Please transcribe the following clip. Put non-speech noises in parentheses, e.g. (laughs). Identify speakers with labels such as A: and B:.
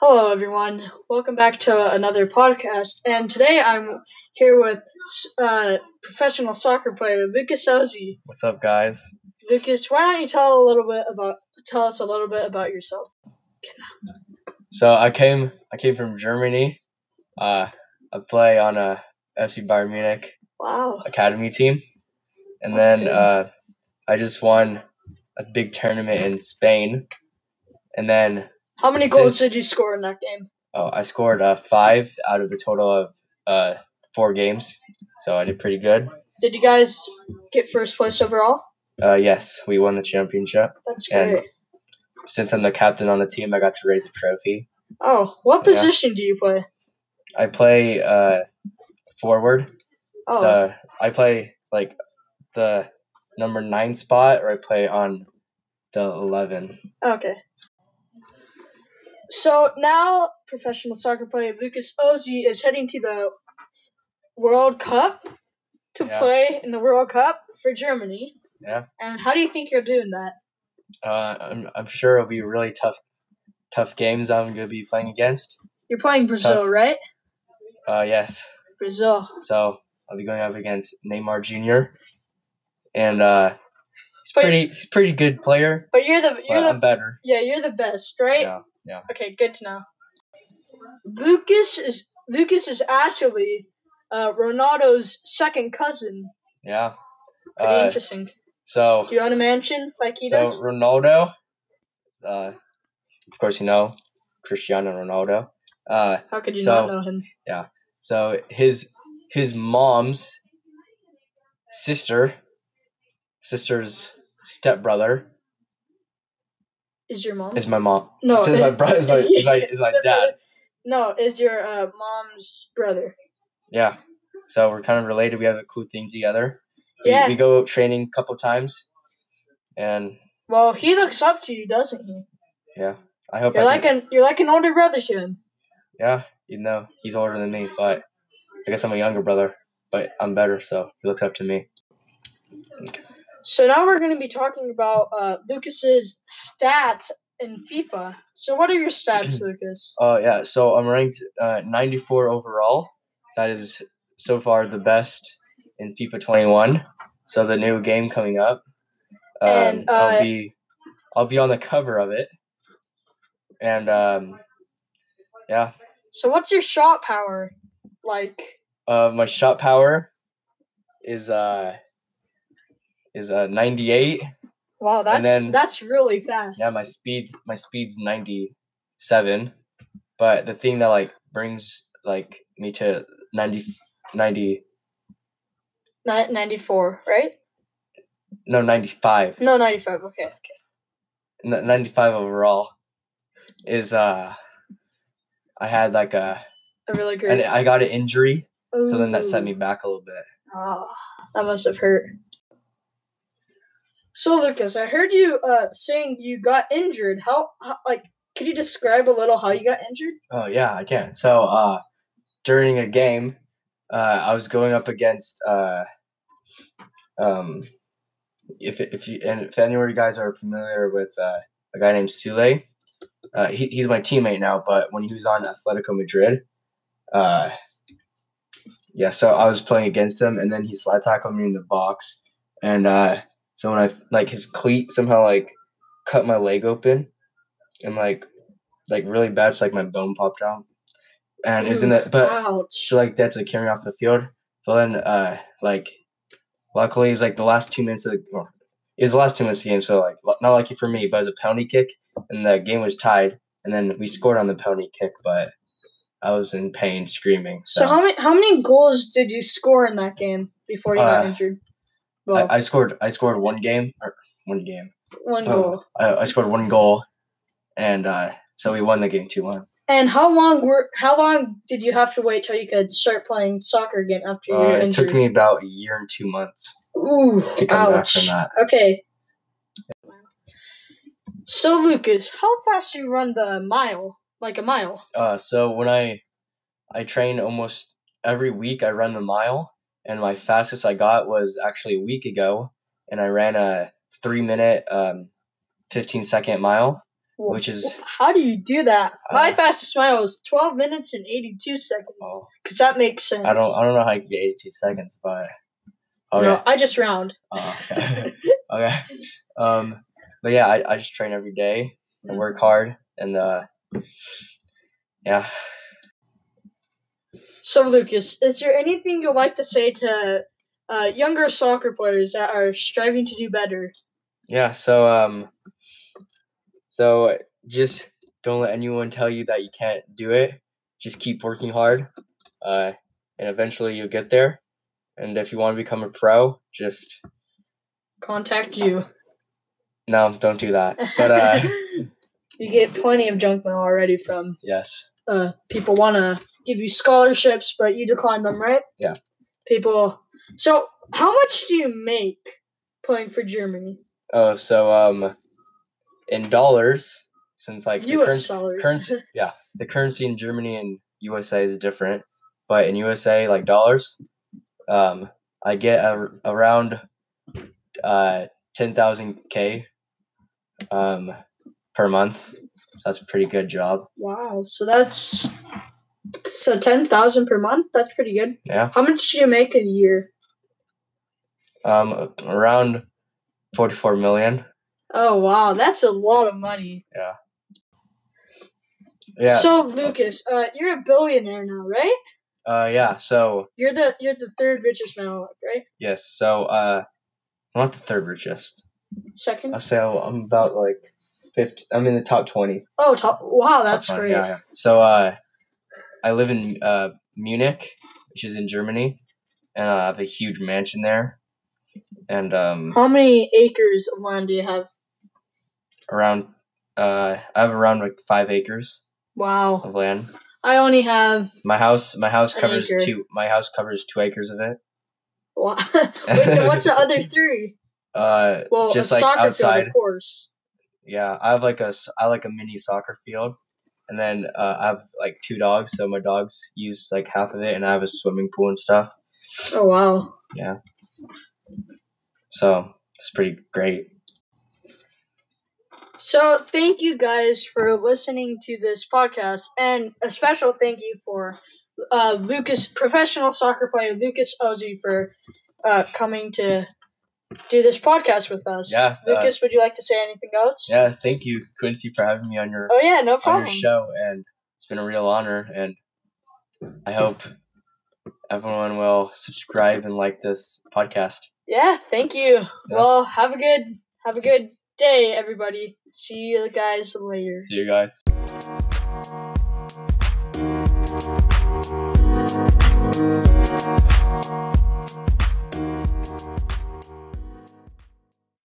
A: Hello, everyone. Welcome back to another podcast. And today I'm here with uh, professional soccer player Lucas Ozzy.
B: What's up, guys?
A: Lucas, why don't you tell a little bit about tell us a little bit about yourself?
B: So I came I came from Germany. Uh, I play on a FC Bayern Munich
A: Wow.
B: academy team, and
A: That's
B: then
A: good.
B: uh, I just won a big tournament in Spain, and then
A: How many goals did you score in that game?
B: oh, I scored uh, five out of the total of uh, four games, so I did pretty good.
A: Did you guys get first place overall?
B: Uh, yes, we won the championship.
A: That's
B: And-
A: great.
B: Since I'm the captain on the team, I got to raise a trophy.
A: Oh, what
B: yeah.
A: position do you play?
B: I play uh, forward.
A: Oh,
B: the I play like the number nine spot, or I play on the eleven.
A: Okay. So now professional soccer player Lucas Ozzy is heading to the World Cup to
B: Yeah.
A: play in the World Cup for Germany.
B: Yeah.
A: And how do you think you're doing that?
B: Uh, I'm I'm sure it'll be really tough, tough games I'm gonna be playing against.
A: You're playing Brazil,
B: Tough.
A: right?
B: Uh, yes.
A: Brazil.
B: So I'll be going up against Neymar Jr. And uh, he's
A: But-
B: pretty he's a pretty good player,
A: But you're the you're
B: but I'm
A: the
B: better.
A: yeah you're the best, right?
B: Yeah.
A: Okay, good to know. Lucas is Lucas is actually uh, Ronaldo's second cousin.
B: Yeah.
A: Pretty
B: Uh,
A: interesting.
B: so
A: Do you want to mention like he
B: so
A: does?
B: Ronaldo, uh, of course you know Cristiano Ronaldo. Uh,
A: How could you
B: so-
A: not know him?
B: So his his mom's sister, sister's stepbrother
A: Is your mom?
B: is my mom.
A: No,
B: is my
A: (laughs)
B: brother is my is my, is my dad.
A: Stepbrother- (laughs) No, is your uh, mom's brother.
B: Yeah. So we're kind of related. We have a cool thing together. We,
A: Yeah.
B: we go training a couple times, and
A: Well, he looks up to you, doesn't he?
B: I hope
A: You're
B: I
A: like
B: can,
A: an you're like an older brother to him.
B: yeah. Even though he's older than me, but I guess I'm a younger brother, but I'm better, so he looks up to me.
A: So now we're going to be talking about uh, Lucas's stats in FIFA. So what are your
B: (clears throat)
A: stats, Lucas?
B: Oh yeah, so I'm ranked uh, 94 overall. That is so far the best in FIFA 21. So the new game coming up, um,
A: And, uh,
B: I'll be I'll be on the cover of it. And um, yeah,
A: So what's your shot power like?
B: uh, my shot power is uh is uh 98.
A: Wow, that's
B: then-
A: that's really fast.
B: Yeah, my speed's my speed's 97. But the thing that like brings like me to 90 90
A: Ni- 94, right?
B: No, 95.
A: No, 95. Okay. okay.
B: N- 95 overall is uh I had like a
A: I really agree.
B: and I got an injury, so then that set
A: Ooh.
B: me back a little bit.
A: Ah, that must have hurt. So Lucas, I heard you uh saying you got injured. How, how like could you describe a little how you got injured?
B: Oh yeah, I can. So uh during a game, uh I was going up against uh um if if you and if any of you guys are familiar with uh a guy named Sule, uh he, he's my teammate now, but when he was on Atletico Madrid, uh yeah, so I was playing against him and then he slide tackled me in the box and uh so when I f- like his cleat somehow like cut my leg open and like like really bad, so like my bone popped out. And it's in
A: Oof,
B: the but
A: ouch.
B: so like that's like carrying off the field. But then uh like luckily it's like the last two minutes of the or, it was the last two minutes of the game, so like lu- not lucky for me, but it was a penalty kick and the game was tied and then we scored on the penalty kick, but I was in pain screaming. So,
A: So how many how many goals did you score in that game before you got
B: Uh,
A: injured? Well,
B: I, I scored I scored one game or one game.
A: one
B: oh.
A: goal.
B: I, I scored one goal and uh so we won the game two one.
A: And how long were how long did you have to wait till you could start playing soccer again after your
B: Uh, it
A: injury?
B: took me about a year and two months
A: Ooh,
B: to come back
A: ouch.
B: from that.
A: Okay. So Lucas, how fast do you run the mile? Like a mile?
B: Uh, so when I I train almost every week, I run the mile, and my fastest I got was actually a week ago, and I ran a three minute um, fifteen second mile, which is
A: How do you do that? My
B: Uh,
A: fastest mile was 12 minutes and 82 seconds.
B: oh,
A: Because that makes sense.
B: I don't I don't know how you get 82 seconds, but okay.
A: No, I just round.
B: Oh, okay. okay. (laughs) Um, but yeah, I, I just train every day and work hard and uh, yeah.
A: So, Lucas, is there anything you'd like to say to uh, younger soccer players that are striving to do better?
B: Yeah, so um so just don't let anyone tell you that you can't do it. Just keep working hard. Uh and eventually you'll get there. And if you want to become a pro, just
A: Contact you.
B: no, don't do that. But uh
A: (laughs) you get plenty of junk mail already from
B: yes.
A: uh, people want to give you scholarships, but you decline them, right?
B: Yeah.
A: People. So, how much do you make playing for Germany?
B: Oh, so um in dollars since like the
A: U.S.
B: currency-
A: dollars.
B: currency yeah the currency in germany and usa is different but in usa like dollars um i get a, around uh 10000k um per month so that's a pretty good job
A: (laughs) Wow. So that's so ten thousand per month. That's pretty good.
B: yeah
A: How much do you make a year?
B: um around 44 million
A: Oh wow, that's a lot of money.
B: yeah
A: So Lucas, uh, you're a billionaire now, right?
B: uh yeah so
A: You're the you're the third richest man alive, right?
B: yes so uh i'm not the third richest
A: Second.
B: i'll say i'm about like 50 i'm in the top 20
A: Oh, top, wow, that's
B: Top five,
A: great.
B: yeah, yeah. So uh, I live in uh, Munich, which is in Germany, and I have a huge mansion there, and um,
A: How many acres of land do you have?
B: around uh, I have around like five acres
A: Wow,
B: of land.
A: I only have.
B: My house, my house
A: An
B: covers
A: acre.
B: two. My house covers two acres of it.
A: Wow. (laughs) Wait, what's
B: (laughs)
A: the other three?
B: Uh,
A: Well,
B: Just
A: a
B: like
A: soccer field,
B: outside.
A: of course.
B: yeah, I have like a s- I like a mini soccer field, and then uh, I have like two dogs, so my dogs use like half of it, and I have a swimming pool and stuff.
A: Oh wow.
B: So it's pretty great.
A: So thank you guys for listening to this podcast, and a special thank you for uh, Lucas, professional soccer player Lucas Ozzy, for uh, coming to do this podcast with us.
B: Yeah, uh,
A: Lucas, would you like to say anything else?
B: Yeah, thank you, Quincy, for having me on your
A: Oh yeah, no
B: on your
A: problem.
B: show, and it's been a real honor. And I hope everyone will subscribe and like this podcast.
A: Yeah, thank you. Well, have a good have a good day, everybody. See you guys later.
B: See you guys.